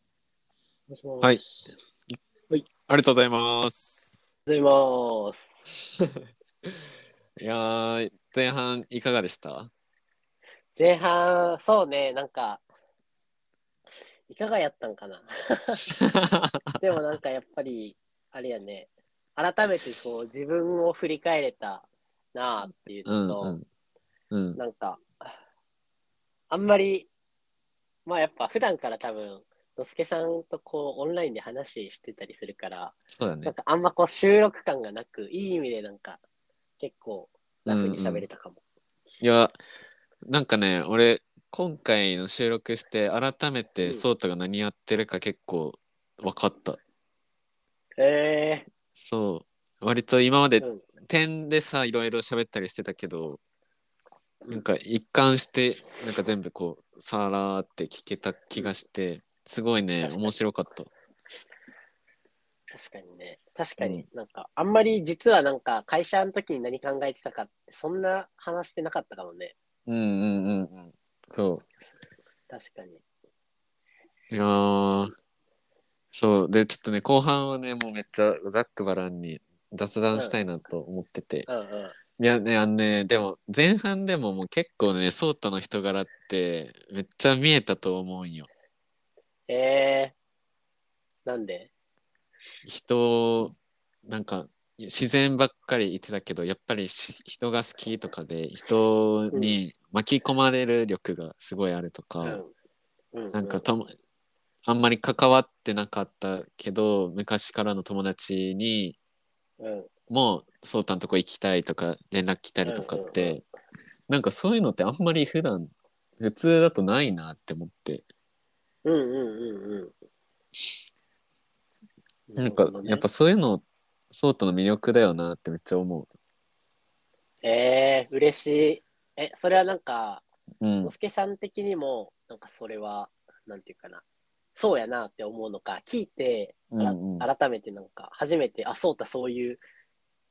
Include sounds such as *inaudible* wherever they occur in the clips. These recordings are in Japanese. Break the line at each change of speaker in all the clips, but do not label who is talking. お願いします。
はい
あり
ありがとうございます。
がとうございます。
*laughs* いやー、前半いかがでした
前半、そうね、なんか、いかがやったんか
*laughs*
な。でもなんかやっぱり、あれやね、改めてこう自分を振り返れたなあっていう
*laughs* うん
の
う
と、
ん。うん
なんか、あんまり、まあやっぱ普段から多分、のすけさんとこうオンラインで話してたりするから、
そう
な
だ
ん
ね。 *laughs*
かあんまこう収録感がなく、いい意味でなんか結構楽に喋れたかも。
いや、なんかね、俺、今回の収録して、改め
う
て、
ん
ソートが何やってるか結構分かった。
え
そう。割と今まで
うん
点でさ、いろいろ喋ったりしてたけど、なんか一貫して、なんか全部こう、さらーって聞けた気がして、すごいね
確、かに
面白かった。
確かにね。確かになんか、あんまり実はなんか会社の時に何考えてたかって、そんな話してなかったかもね。
うんうんうんうん。そう。
確かに。
いやーそうでちょっとね後半はねもうめっちゃざっくばらんに雑談したいなと思ってて、
うんうん。
いやねあのねでも前半でももう結構ねソータの人柄ってめっちゃ見えたと思うんよ
えー、なんで
人なんか自然ばっかり言ってたけどやっぱりし人が好きとかで人に巻き込まれる力がすごいあるとか、
うん。うん
なんかともあんまり関わってなかったけど昔からの友達に
うん、
もうそうたんとこ行きたいとか連絡来たりとかって、
うんうんう
なんかそういうのってあんまり普段普通だとないなって思って
うんうんうんうん。
なんかやっぱそういうのそうたの魅力だよなってめっちゃ思
えー、嬉しい。え、それはなんか、
ううん
のすけさん的にも、なんかそれは、なんていうかな、そうやなって思うのか、聞いて、あら
うんうん
改めてなんか、初めて、あ、そうだ、そういう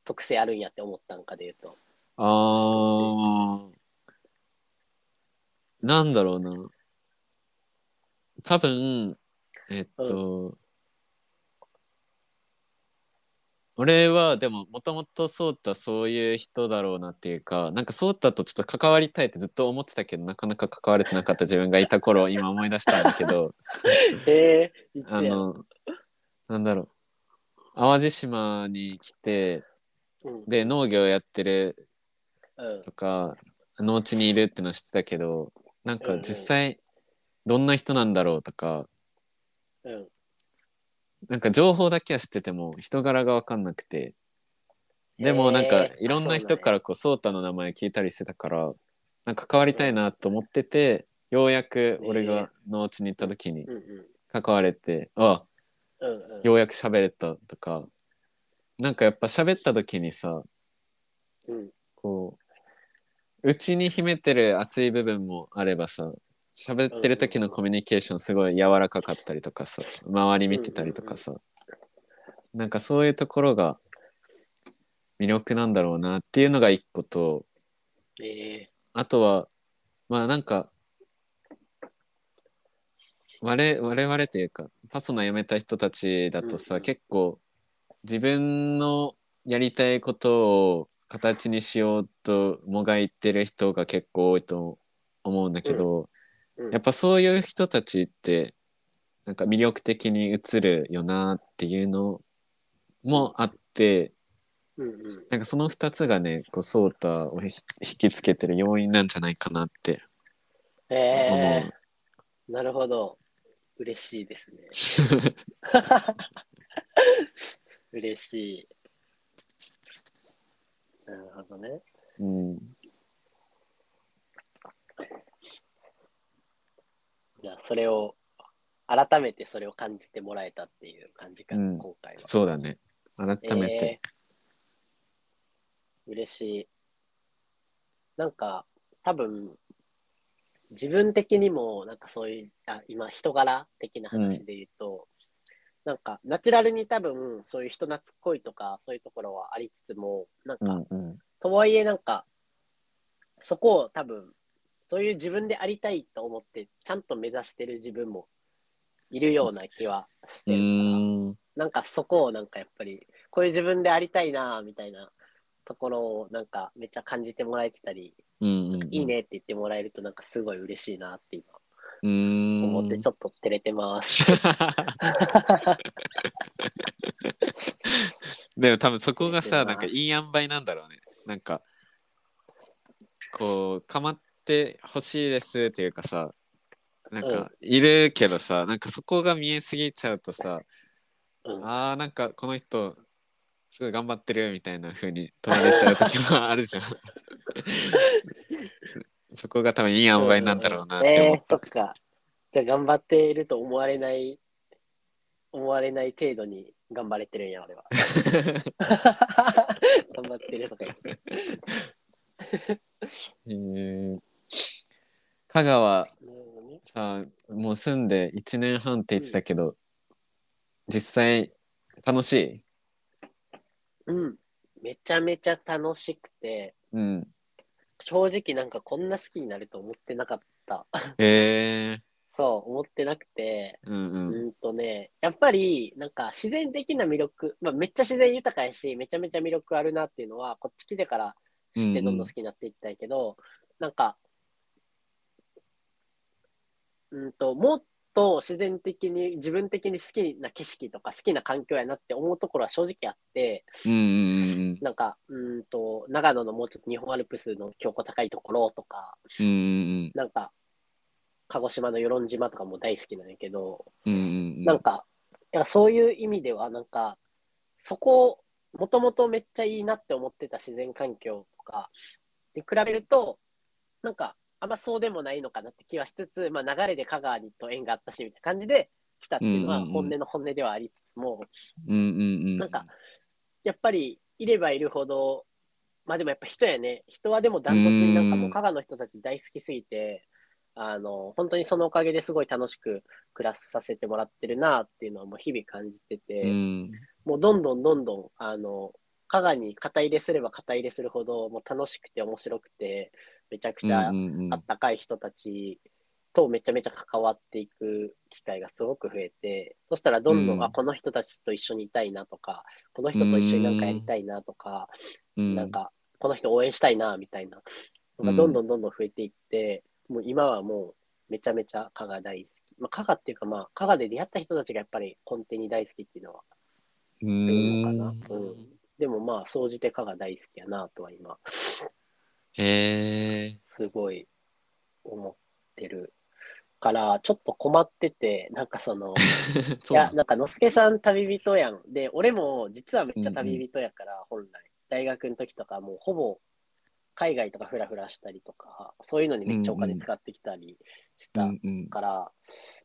特性あるんやって思ったんかで言うと。
あーなんだろうな多分えっと、俺はでももともとソータそういう人だろうなっていうかなんかソータとちょっと関わりたいってずっと思ってたけどなかなか関われてなかった自分がいた頃を今思い出したんだけど
え *laughs* ー、いつ
あ
や
のなんだろう淡路島に来て
うん、
で農業やってる
うん
とか農地にいるってのは知ってたけどなんか実際どんな人なんだろうとか
うん。
なんか情報だけは知ってても人柄が分かんなくてでもなんか
えー
いろんな人からこうソータの名前聞いたりしてたからなんか関わりたいなと思っててようやく俺が農地に行った時に
うんうん。
関われてあ
うんうん
ようやく喋れたとかなんかやっぱ喋った時にさ
うん
こう、うちに秘めてる熱い部分もあればさ、喋ってる時のコミュニケーションすごい柔らかかったりとかさ、周り見てたりとかさ、なんかそういうところが魅力なんだろうなっていうのが一個と、
え
あとは、まあなんか、我我々というか、パソナ辞めた人たちだとさ、
うんうん
結構自分のやりたいことを形にしようともがいてる人が結構多いと思うんだけど、
うんうん
やっぱそういう人たちって、なんか魅力的に映るよなっていうのもあって、
ー、うんうん。
なんかその2つがね、こう、ソータを引きつけてる要因なんじゃないかなって思
え
う。
ー、なるほど。嬉しいですね。
*laughs*
嬉しい。なるほどね。
うん、
じゃあ、それを、改めてそれを感じてもらえたっていう感じか、
うん
今回は。
そうだね。改めて。
えー嬉しい。なんか、多分、自分的にも、なんかそういう、あ今、人柄的な話で言うと、なんか、ナチュラルに多分、そういう人懐っこいとか、そういうところはありつつも、なんか、
うんうん
とはいえなんかそこを多分そういう自分でありたいと思ってちゃんと目指してる自分もいるような気はしてる
う
から、
ーん
なんかそこをなんかやっぱり、こういう自分でありたいな、みたいなところをなんかめっちゃ感じてもらえてたり、
うんうんうん
いいねって言ってもらえるとなんかすごい嬉しいなって今
うーん
思ってちょっと照れてます。
*laughs* でも多分そこが
そうや
さ
な
なんかいい塩梅なんだろうねなんかこう構ってほしいですっていうかさなん
うん
かいるけどさ、なんかそこが見えすぎちゃうとさ、
うん
あーなんかこの人すごい頑張ってるみたいな風に取られちゃう時もあるじゃんそこが多分いい塩梅なんだろうなって
え
思
ー、そっか。じゃあ頑張っていると思われない、思われない程度に頑張れてるんや、
*laughs*
俺は。頑張ってるとか言って。
う、えー香川さあもう住んで1年半って言ってたけど、実際楽しい
うん。めちゃめちゃ楽しくて、
うん
正直なんかこんな好きになると思ってなかった。
えー、
そう、思ってなくて。
う
う
んうん
んとね、やっぱりなんか自然的な魅力、まあ、めっちゃ自然豊かやし、めちゃめちゃ魅力あるなっていうのは、こっち来てから知ってどんどん好きになっていったんやけど、なんか、うんと、もっと自然的に、自分的に好きな景色とか好きな環境やなって思うところは正直あって、
うんうん
なんか、うんと、長野のもうちょっと日本アルプスの標高高いところとか、
うんうんうん
なんか、鹿児島の与論島とかも大好きなんやけど、
うんうん
なんか、いやそういう意味では、なんか、そこを、もともとめっちゃいいなって思ってた自然環境とかに比べると、なんか、あんまそうでもないのかなって気はしつつ、まあ、流れで香川にと縁があったし、みたいな感じで来たっていうのは、
うんうんうん
本音の本音ではありつつも、
うんうんうん
なんか、やっぱり、いればいるほど、まあでもやっぱ人やね、人はでもダントツになんかもう香川の人たち大好きすぎて、あの、本当にそのおかげですごい楽しく暮らさせてもらってるなっていうのはもう日々感じてて、
うん
もうどんどんどんどん、あの、香川に肩入れすれば肩入れするほど、もう楽しくて面白くて、めちゃく
う
ち
んう
ゃ
んうん
あったかい人たちとめちゃめちゃ関わっていく機会がすごく増えて、そしたらどんどん、
うん
あ、この人たちと一緒にいたいなとか、この人と一緒になんかやりたいなとか、
うん
なんか、この人応援したいなみたいな、
う
の
ん
がどんどんどんどん増えていって、もう今はもうめちゃめちゃ加賀大好き。まあ、加賀っていうか、まあ、加賀で出会った人たちがやっぱり根底に大好きっていうのは、
う
い
ん
うのかなうんでもまあ、総じて加賀大好きやなとは今、
へえ
すごい思ってるから、ちょっと困ってて、なんかその、 *laughs*
ー、
い
*laughs* そうな
や、
ん
なんか、のすけさん旅人やん。で、俺も、実はめっちゃ旅人やから、本来。大学の時とか、もうほぼ、海外とかフラフラしたりとか、そういうのにめっちゃお金使ってきたりした
うんうん
から、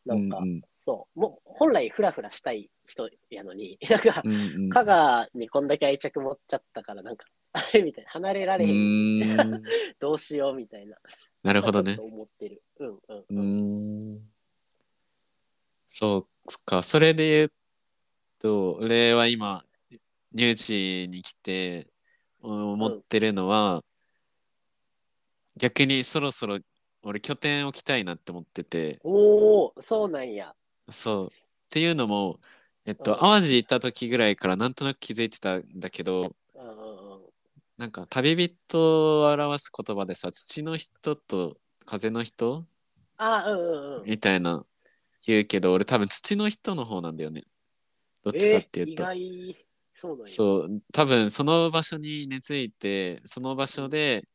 う
なん
ん
か、
うん
そう、もう、本来フラフラしたい人やのに、 *laughs* なんか、
うんうん
香川にこんだけ愛着持っちゃったから、なんか、 *laughs* あれみたいな、離れられへ、
うんーん
どうしようみたいな。
なるほどね
*laughs* ちょっと思ってる。うんうん
う。ーんそうか、それで言うと、俺は今、ニュージーに来てお思ってるのは、逆にそろそろ俺拠点置きたいなって思ってて、
おー、そうなんや。
そう。っていうのも、えっ
う
と、
ん
淡路行った時ぐらいからなんとなく気づいてたんだけど、
うんうんうん。
なんか旅人を表す言葉でさ、土の人と風の人
あー、うんうんうん。
みたいな言うけど俺多分土の人の方なんだよねどっ
え
ちかっていうと、
え意外そうなんや
そう多分その場所に根付いてその場所で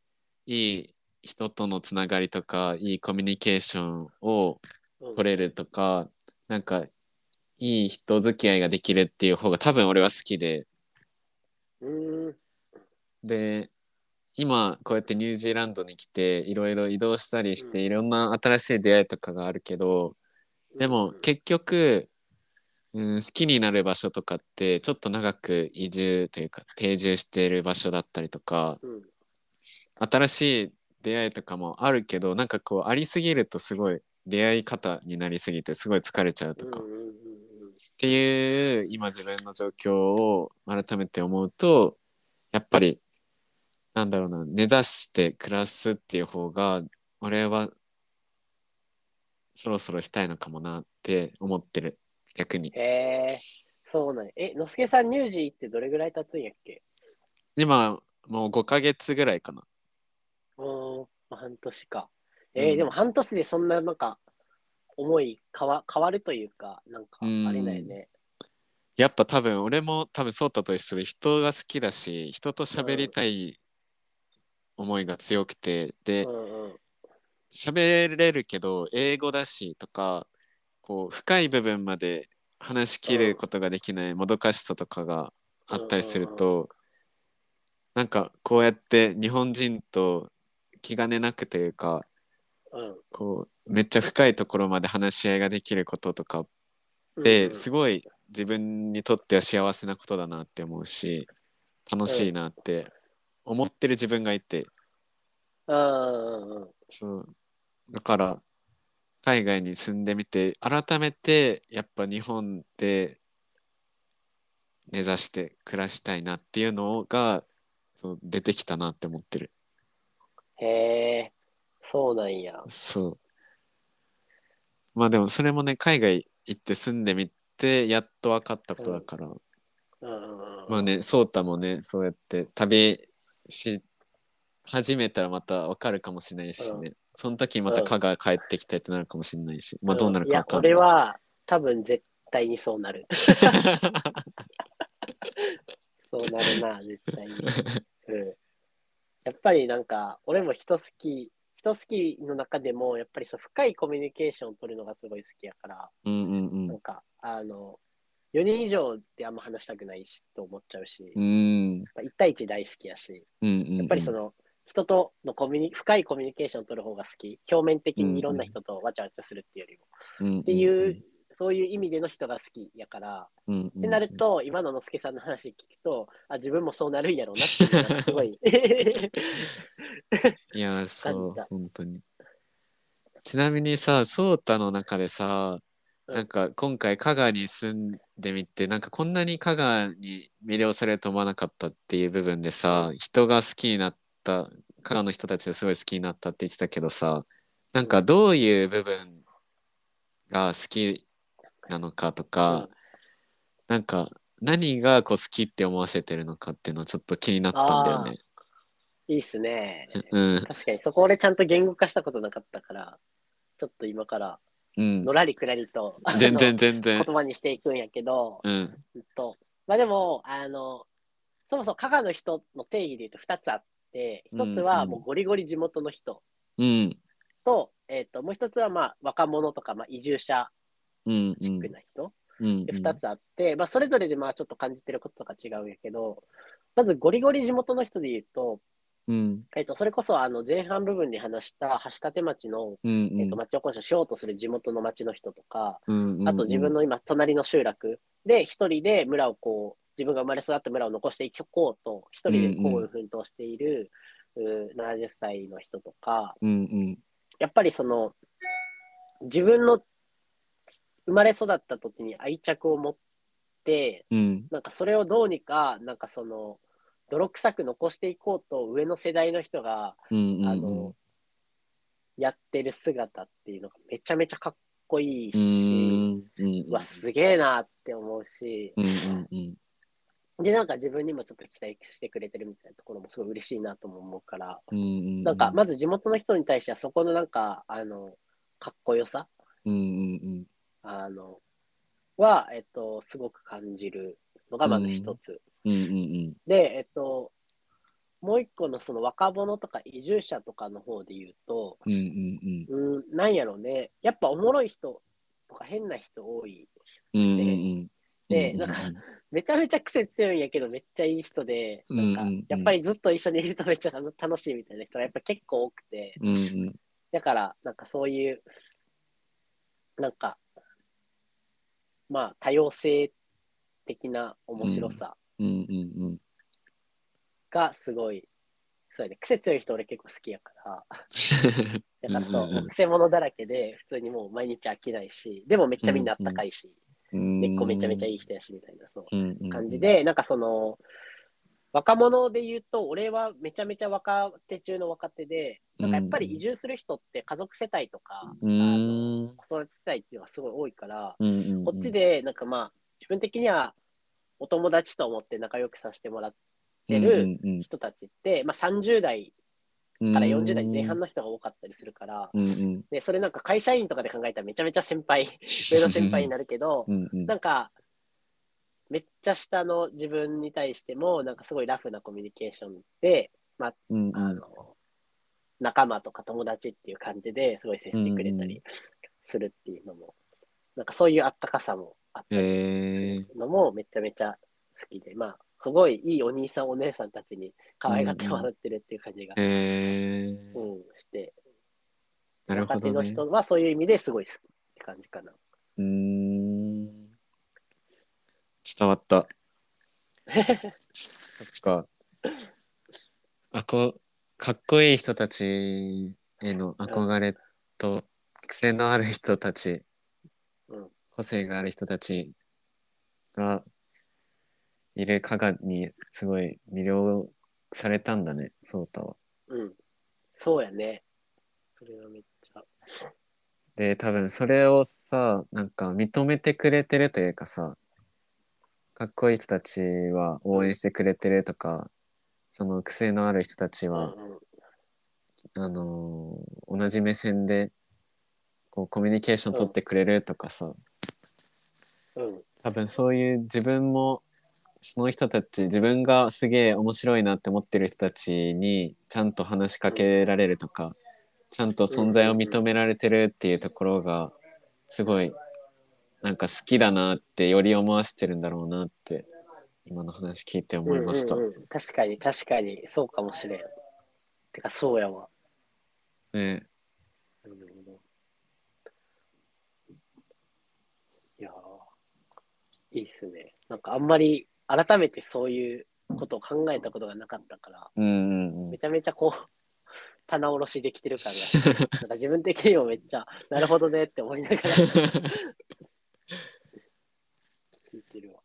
いい人とのつながりとかいいコミュニケーションを
うん
取れるとかなんかいい人付き合いができるっていう方が多分俺は好きで
うーん
で今こうやってニュージーランドに来ていろいろ移動したりして、
うん
いろんな新しい出会いとかがあるけど、でも
うん
結局、うん、好きになる場所とかってちょっと長く移住というか定住している場所だったりとか
うん
新しい出会いとかもあるけどなんかこうありすぎるとすごい出会い方になりすぎてすごい疲れちゃうとか、
う
っ
んうんうん
ていう今自分の状況を改めて思うとやっぱりなんだろうな根ざして暮らすっていう方が俺はそろそろしたいのかもなっって思ってる逆に
へえ、そうなんやえ、のすけさん、乳児ってどれぐらい経つんやっけ
今もう5ヶ月ぐらいかな
うーん、まあ、半年か。えー
うん
でも半年でそんな、なんか、思い変わ変わるというか、なんか、
うん
あれだよね。
やっぱ多分俺も多分ソータと一緒で人が好きだし人と喋りたい思いが強くてで
うんうん。
喋れるけど英語だしとかこう深い部分まで話しきることができないもどかしさとかがあったりするとなんかこうやって日本人と気兼ねなくというか
うん
こうめっちゃ深いところまで話し合いができることとかっ
うん、
てすごい自分にとっては幸せなことだなって思うし楽しいなって思ってる自分がいて
うんうんうん
そうだから海外に住んでみて改めてやっぱ日本で根ざして暮らしたいなっていうのがそう出てきたなって思ってる
へえ、そうなんや。
そうまあでもそれもね海外行って住んでみてやっと分かったことだから、
うんうんうん
まあねソータもねそうやって旅し始めたらまた分かるかもしれないしね、その時また香川帰ってきたってなるかもしれないし、まあどうなるか分かんない
い
し
や、俺は多分絶対にそうなる。 *laughs* そうなるな、絶
*laughs*
対に。うん、やっぱりなんか、俺も人好き、人好きの中でも、やっぱりそう深いコミュニケーションを取るのがすごい好きやから、
うんうんう
なんんか、あの、4人以上ってあんま話したくないしと思っちゃうし、
うんうん
1対1大好きやし、
うんうん
やっぱりその、人とのコミュニ深いコミュニケーションを取る方が好き、表面的にいろんな人とわちゃわちゃするっていうよりも、
っ
っていう、そういう意味での人が好きやから、ってなると、今ののすけさんの話聞くと、あ、自分もそうなるんやろうなっていう *laughs* のがすごい。
いやそ
感
う
じた
本当にちなみにさソータの中でさ
うん
なんか今回香川に住んでみてなんかこんなに香川に魅了されると思わなかったっていう部分でさ人が好きになった香川の人たちがすごい好きになったって言ってたけどさなんかどういう部分が好きなのかとか、なんか何がこう好きって思わせてるのかっていうのはちょっと気になったんだよね。
いいっすね。
うん、
確かに、そこ俺ちゃんと言語化したことなかったから、ちょっと今から、
うん
の、らりくらりと、
全
あ
然
の
全
言。
然
葉にしていくんやけど、
うん、
ずっと。まあでも、あの、そもそも加賀の人の定義で言うと2つあって、1つはもうゴリゴリ地元の人
うん、
と、えっ、と、もう1つはまあ若者とか、まあ移住者
うん、
チックな人。
うん
で、2つあって、まあ、それぞれでまあちょっと感じてることとか違うんやけど、まずゴリゴリ地元の人で言うと、
うん、
えっと、それこそあの前半部分で話した橋立町の、
う
えっ
ん
と、、町おこしをしようとする地元の町の人とか、
うん、
あと自分の今、隣の集落で一人で村をこう、自分が生まれ育った村を残していこうと、一人でこう奮闘している、うー70歳の人とか、
うん、うん、
やっぱりその自分の生まれ育った土地に愛着を持って、
うん、
なんかそれをどうにか、なんかその、泥臭く残していこうと、上の世代の人が
うん、
あのやってる姿っていうのがめちゃめちゃかっこいい
うん、う
し、
ん、うん
う、わ、すげえなって思うし、
うん、うん、うん、
で、なんか自分にもちょっと期待してくれてるみたいなところもすごい嬉しいなとも思うから、
うん、
なんか、まず地元の人に対しては、そこのなんか、あの、かっこよさ、
うん、うん、うん、
あの、は、えっと、すごく感じるのがまず一つ。
うん、うん、
で、えっと、もう一個のその若者とか移住者とかの方で言うと、
うん、うん、
うん、なんやろね、やっぱおもろい人とか変な人多い。
うん、
めちゃめちゃ癖強いんやけど、めっちゃいい人で、
う
な
ん
んか
うんうん、
やっぱりずっと一緒にいるとめっちゃ楽楽しいみたいな人がやっぱ結構多くて、
うん、
だから、なんかそういう、なんか、まあ、多様性的な面白さ
うん、うん、
がすごい、そうやね、癖強い人俺結構好きやから、だからそう、
うんうんう
も
ん
う癖者だらけで、普通にもう毎日飽きないし、でもめっちゃみんなあったかいし、根っこめちゃめちゃいい人やしみたいなそ
い、
う感じ、で、なんかその、若者で言うと、俺はめちゃめちゃ若手中の若手で、なんかやっぱり移住する人って家族世帯とか、
うん、うん、うん
子育て世代っていうのがすごい多いから、
うんうん
こっちでなんかまあ自分的にはお友達と思って仲良くさせてもらってる人たちって、まあ、30代から40代前半
の、
の人が多かったりするから、
うんうん
でそれなんか会社員とかで考えたらめちゃめちゃ先
*laughs*
輩上の先輩になるけど
うんうん
なんかめっちゃ下の自分に対してもなんかすごいラフなコミュニケーションで、
うん
あの仲間とか友達っていう感じですごい接してくれたりするっていうのも、なんかそういうあったかさもあったり
えー
のもめちゃめちゃ好きで、まあ、すごいいいお兄さん、お姉さんたちに可愛がってもらってるっていう感じが、
え
う
ー
ん、して、
なるほ
若手
ど
の
ね。
人はそういう意味ですごい好きって感じかな。
うーん伝わった。そっか。あこかっこいい人たちへの憧れと癖のある人たち、
うん
個性がある人たちがいる加賀にすごい魅了されたんだね、そうたは。
うん。そうやね。それはめっちゃ。
で多分それをさなんか認めてくれてるというかさかっこいい人たちは応援してくれてるとかその癖のある人たち
うん
は、あのー同じ目線でこうコミュニケーション取ってくれるとかさ、
うん。うん。
多分そういう自分もその人たち自分がすげえ面白いなって思ってる人たちにちゃんと話しかけられるとか、ちゃんと存在を認められてるっていうところがすごいなんか好きだなってより思わせてるんだろうなって今の話聞いて思いました。
うんうんうん確かに、確かに、そうかもしれん。てか、そうやわ。
ね
なるほど。いやーいいっすね。なんかあんまり改めてそういうことを考えたことがなかったから、
うんうんうん
めちゃめちゃこう、 *laughs* 棚卸しできてる感が、
*laughs*
なんか自分的にもめっちゃ、なるほどねって思いながら聞いてるわ。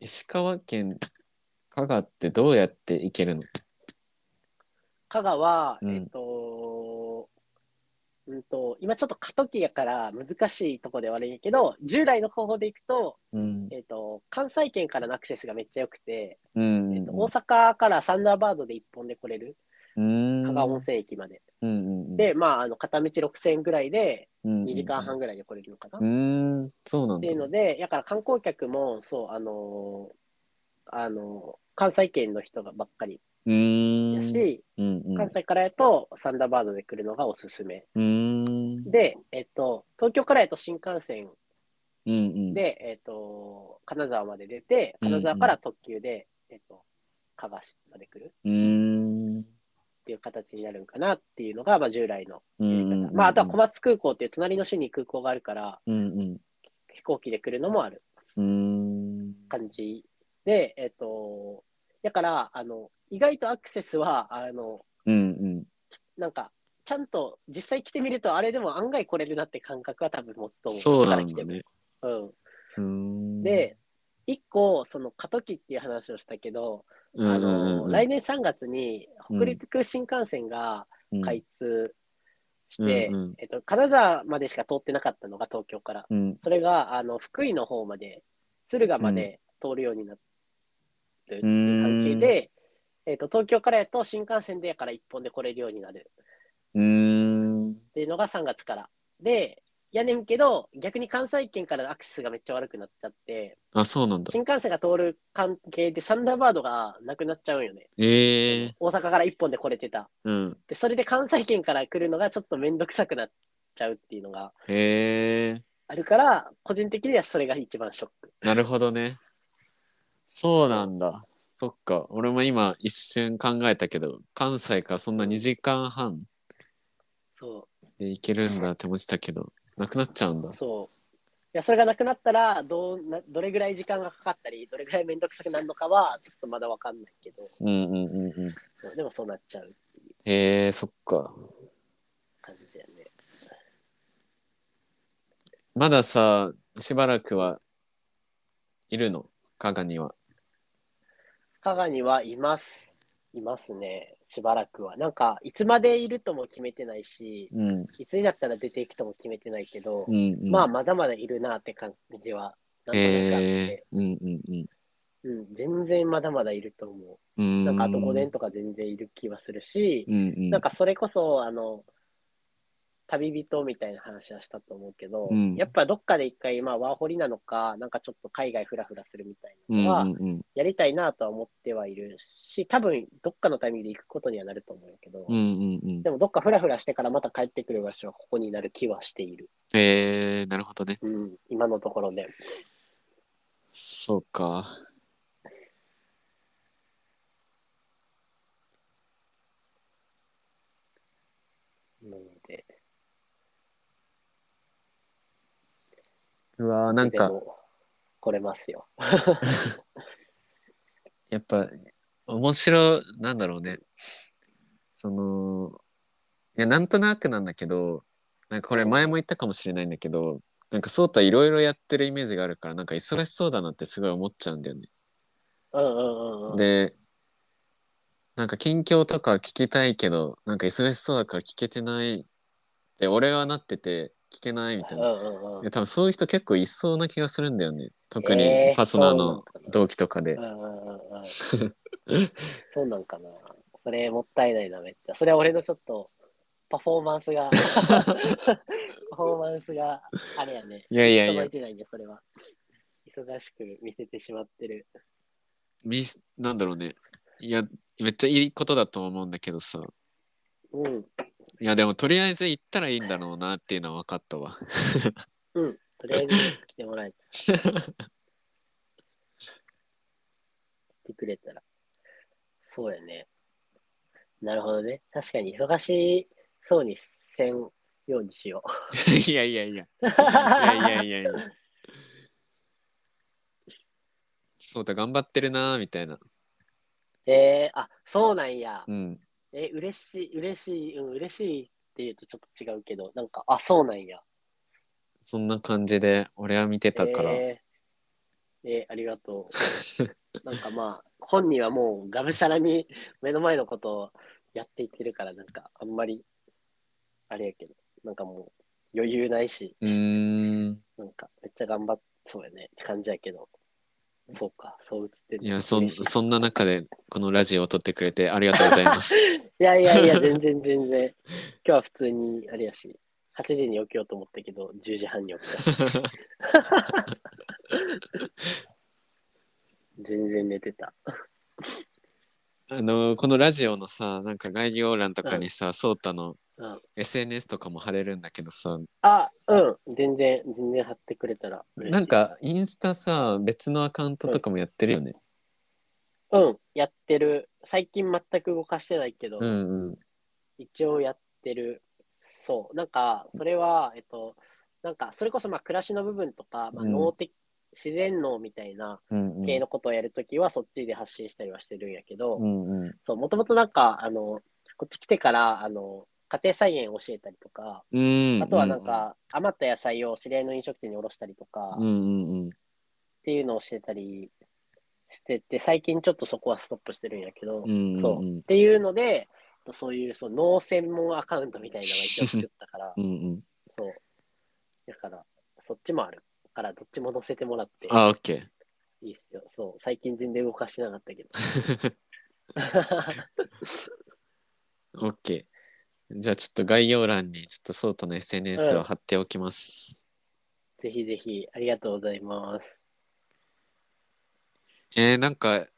石川県加賀ってどうやって行けるの
香川、
うん
えっと、うんと、今ちょっと過渡期やから難しいとこではあるんやけど、従来の方法でいくと、
うん
えっと、関西圏からのアクセスがめっちゃ良くて、
うんう
え
ん
っと、大阪からサンダーバードで一本で来れる、
うん
香川温泉駅まで。
うんうんうん
で、まあ、あの片道6000円ぐらいで、
2
2時間半ぐらいで来れるのかな。
う
っ
ーん、そうなん
て
だ
いう。ので、やから観光客も、そう、あのーあのー関西圏の人がばっかり
うーん。
やし、
うんうん。
関西からやとサンダーバードで来るのがおすすめ。
うーん。
で、えっと、東京からやと新幹線
うんうん。
で、えっと、金沢まで出て、
うん
金沢から特急で、えっと、加賀市まで来る。
うーん。
っていう形になるんかなっていうのが、まあ、従来の
う
やり
ん
方、
うん。
まあ、あとは小松空港っていう隣の市に空港があるから
うんうん。
飛行機で来るのもある
うーん。
感じでえっ、とだからあの意外とアクセスはあの
うんうん。
なんかちゃんと実際来てみるとあれでも案外来れるなって感覚は多分持つと思う
そう
か
な
ら
ん
来て
だ
も
ね。
うん、
うーん。
で、一個その過渡期っていう話をしたけど、
うんう
あ
んうん
の
うん、
来年3月に北陸新幹線が開通して、
うんうん
えっと、金沢までしか通ってなかったのが東京から、
うん。
それがあの福井の方まで、敦賀まで通るようになるっていう関係で、えっと、東京からやと新幹線でやから一本で来れるようになる
うーん。
っていうのが3月から。で、やねんけど、逆に関西圏からのアクセスがめっちゃ悪くなっちゃって、
あ、そうなんだ。
新幹線が通る関係でサンダーバードがなくなっちゃうんよね。
ええ。
大阪から一本で来れてた。
うん。
で、それで関西圏から来るのがちょっとめんどくさくなっちゃうっていうのが
へえ。
あるから、個人的にはそれが一番ショック。
なるほどね。そうなんだ。そっか。俺も今一瞬考えたけど、関西からそんな2時間半
そ
で行けるんだって思ってたけど、なくなっちゃうんだ
う、。そう。いや、それがなくなったら、どうな、どれぐらい時間がかかったり、どれぐらいめんどくさくなるのかは、ちょっとまだわかんないけど、
うんうんうんうん。
そうでもそうなっちゃう
へえ、そっか。
感じだよね。
まださ、しばらくはいるの加賀には。
加賀にはいます。いますね。しばらくは。なんか、いつまでいるとも決めてないし、
うん
いつになったら出ていくとも決めてないけど、
うんうん
まあ、まだまだいるなって感じは、なんとなくあって
えー、うんうんうん
うん、全然まだまだいると思
う
う。
ーん
なんか、あと5年とか全然いる気はするし、
うんうん
なんか、それこそ、あの、旅人みたいな話はしたと思うけど、
うん
やっぱどっかで一回、まあ、ワーホリなのか、なんかちょっと海外フラフラするみたいなのは、
うんうん
やりたいなとは思ってはいるし、多分どっかのタイミングで行くことにはなると思うけど、
うんうんうんうん
でもどっかフラフラしてからまた帰ってくる場所はここになる気はしている。
えー、なるほどね
うん、今のところね。
そうか
なので、
うわーなんか
でも来れますよ。
やっぱ面白なんだろうねそのいやなんとなくなんだけどなんかこれ前も言ったかもしれないんだけどなんかそうたいろいろやってるイメージがあるからなんか忙しそうだなってすごい思っちゃうんだよね。
うんうんうんうん。
でなんか近況とか聞きたいけどなんか忙しそうだから聞けてないって俺はなってて聞けないみた
う
い
ん
な。
うんうん
いや多分そういう人結構いそうな気がするんだよね特に
えー
ファスナ
そ
ー
うな
の
のかな
同期とかで
う。んうんうんうん。そうなんかな。それもったいないな、めっちゃ。それは俺のちょっとパフォーマンス
*laughs*
が、パフォーマンスがあれやね。
いやいやいや
届いてないね、それは。忙しく見せてしまってる。
ミスなんだろうねいやめっちゃいいことだと思うんだけどさ
うん。
いやでもとりあえず行ったらいいんだろうなっていうのは分かったわ *laughs*
うん。とりあえず来てもらえた。来てくれたら。そうやね。なるほどね。確かに忙しそうにせんようにしよう。
いやいやいやいやいやいやいやそうだ頑張ってるなーみたいな
えー、あ、そうなんや。
うん
え、嬉しい、嬉しい、うん、嬉しいって言うとちょっと違うけど、なんか、あ、そうなんや。
そんな感じで俺は見てたから、
えーえーありがとう。なんかまあ、本人はもうがむしゃらに目の前のことをやっていってるから、なんかあんまり、あれやけど、なんかもう余裕ないし、
うーん
なんかめっちゃ頑張っそうやねって感じやけど、そうか、そう映ってる。
いやそん
嬉しい
そんな中でこのラジオを撮ってくれてありがとうござい
*laughs*
ます
いやいやいや、全然全然。今日は普通に、あれやし、8時に起きようと思ったけど、10時半に起きた。
*laughs*
全然寝てた。
あのこのラジオのさなんか概要欄とかにさそうた、
う
の
ん
SNS とかも貼れるんだけどさ
あ、うん、全然、全然貼ってくれたら嬉しい。
なん、かインスタさ別のアカウントとかもやってるよね。
うん、やってる。最近全く動かしてないけど、
うんうん。
一応やってる。そう、なんか、それは、えっと、なんか、それこそ、まあ、暮らしの部分とか、まあ、
うん
脳的、自然脳みたいな
うんうん。
系のことをやるときは、そっちで発信したりはしてるんやけど、
うんうん。
そう、もともとなんか、あの、こっち来てから、あの、家庭菜園教えたりとか、
うん。
あとはなん。か、余った野菜を知り合いの飲食店に卸したりとか、
うんうんうん。
っていうのをしてたりしてて、最近ちょっとそこはストップしてるんやけど、
うんうん。
そう。っていうので、そういうそう脳専門アカウントみたいなのが一応作ったから
う、んうん。
そう。だから、そっちもあるから、どっちも載せてもらって
あ、オッケ
いいっすよ。そう。最近全然動かしてなかったけど。
ー。 *laughs* オッケー。じゃあちょっと概要欄にちょっとソートの SNS を貼っておきます。
ぜひぜひ、ありがとうございます。
えー、なんか伝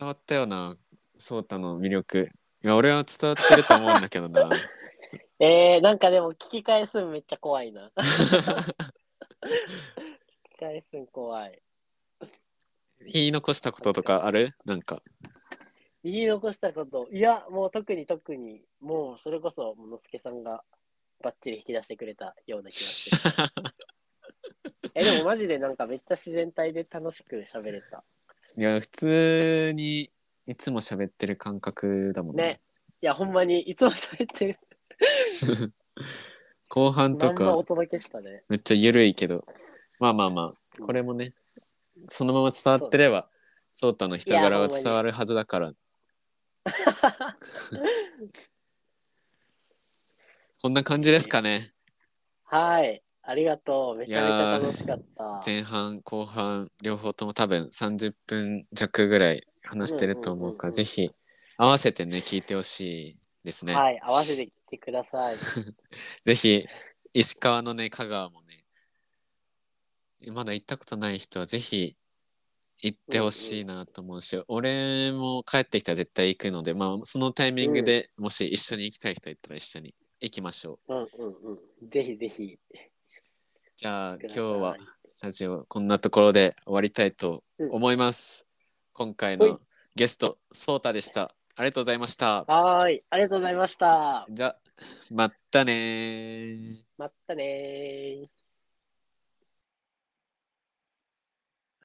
わったよなソータの魅力。いや俺は伝わってると思うんだけど
*laughs*
な。
えー、なんかでも聞き返すんめっちゃ怖い
*laughs*
な。聞き返すん怖い。
言い残したこととかあるなんか。
言い残したこと、いや、もう特に特に、もうそれこそ、ものすけさんがバッチリ引き出してくれたような気がしてる。
*laughs*
え、でもマジでなんかめっちゃ自然体で楽しく喋れた。
いや普通にいつも喋ってる感覚だもん
ね。いや、ほんまにいつも喋ってる。
後半
ま
と
んまお
か
届けしたね。
めっちゃ緩いけどまあまあまあこれもねそのまま伝わってればソータの人柄は伝わるはずだからこんな感じですかね。
はい。ありがとう。めちゃめちゃ楽しかった。
前半、後半、両方とも多分30分弱ぐらい話してると思うか
う
ら、
んうんうんうん
ぜひ合わせてね、聞いてほしいですね。
はい。合わせて来てください。
ぜひ、石川のね、香川もね、まだ行ったことない人はぜひ行ってほしいなと思うし、俺も帰ってきたら絶対行くので、まあ、そのタイミングでもし一緒に行きたい人いったら一緒に行きましょう。
うんうんうん。ぜひぜひ。
じゃあ、
ください
今日はラジオこんなところで終わりたいと思います。今回
はい
のゲスト、ソータでした。ありがとうございました。
はーい。ありがとうございました。
じゃあ、またねー。
まったねー。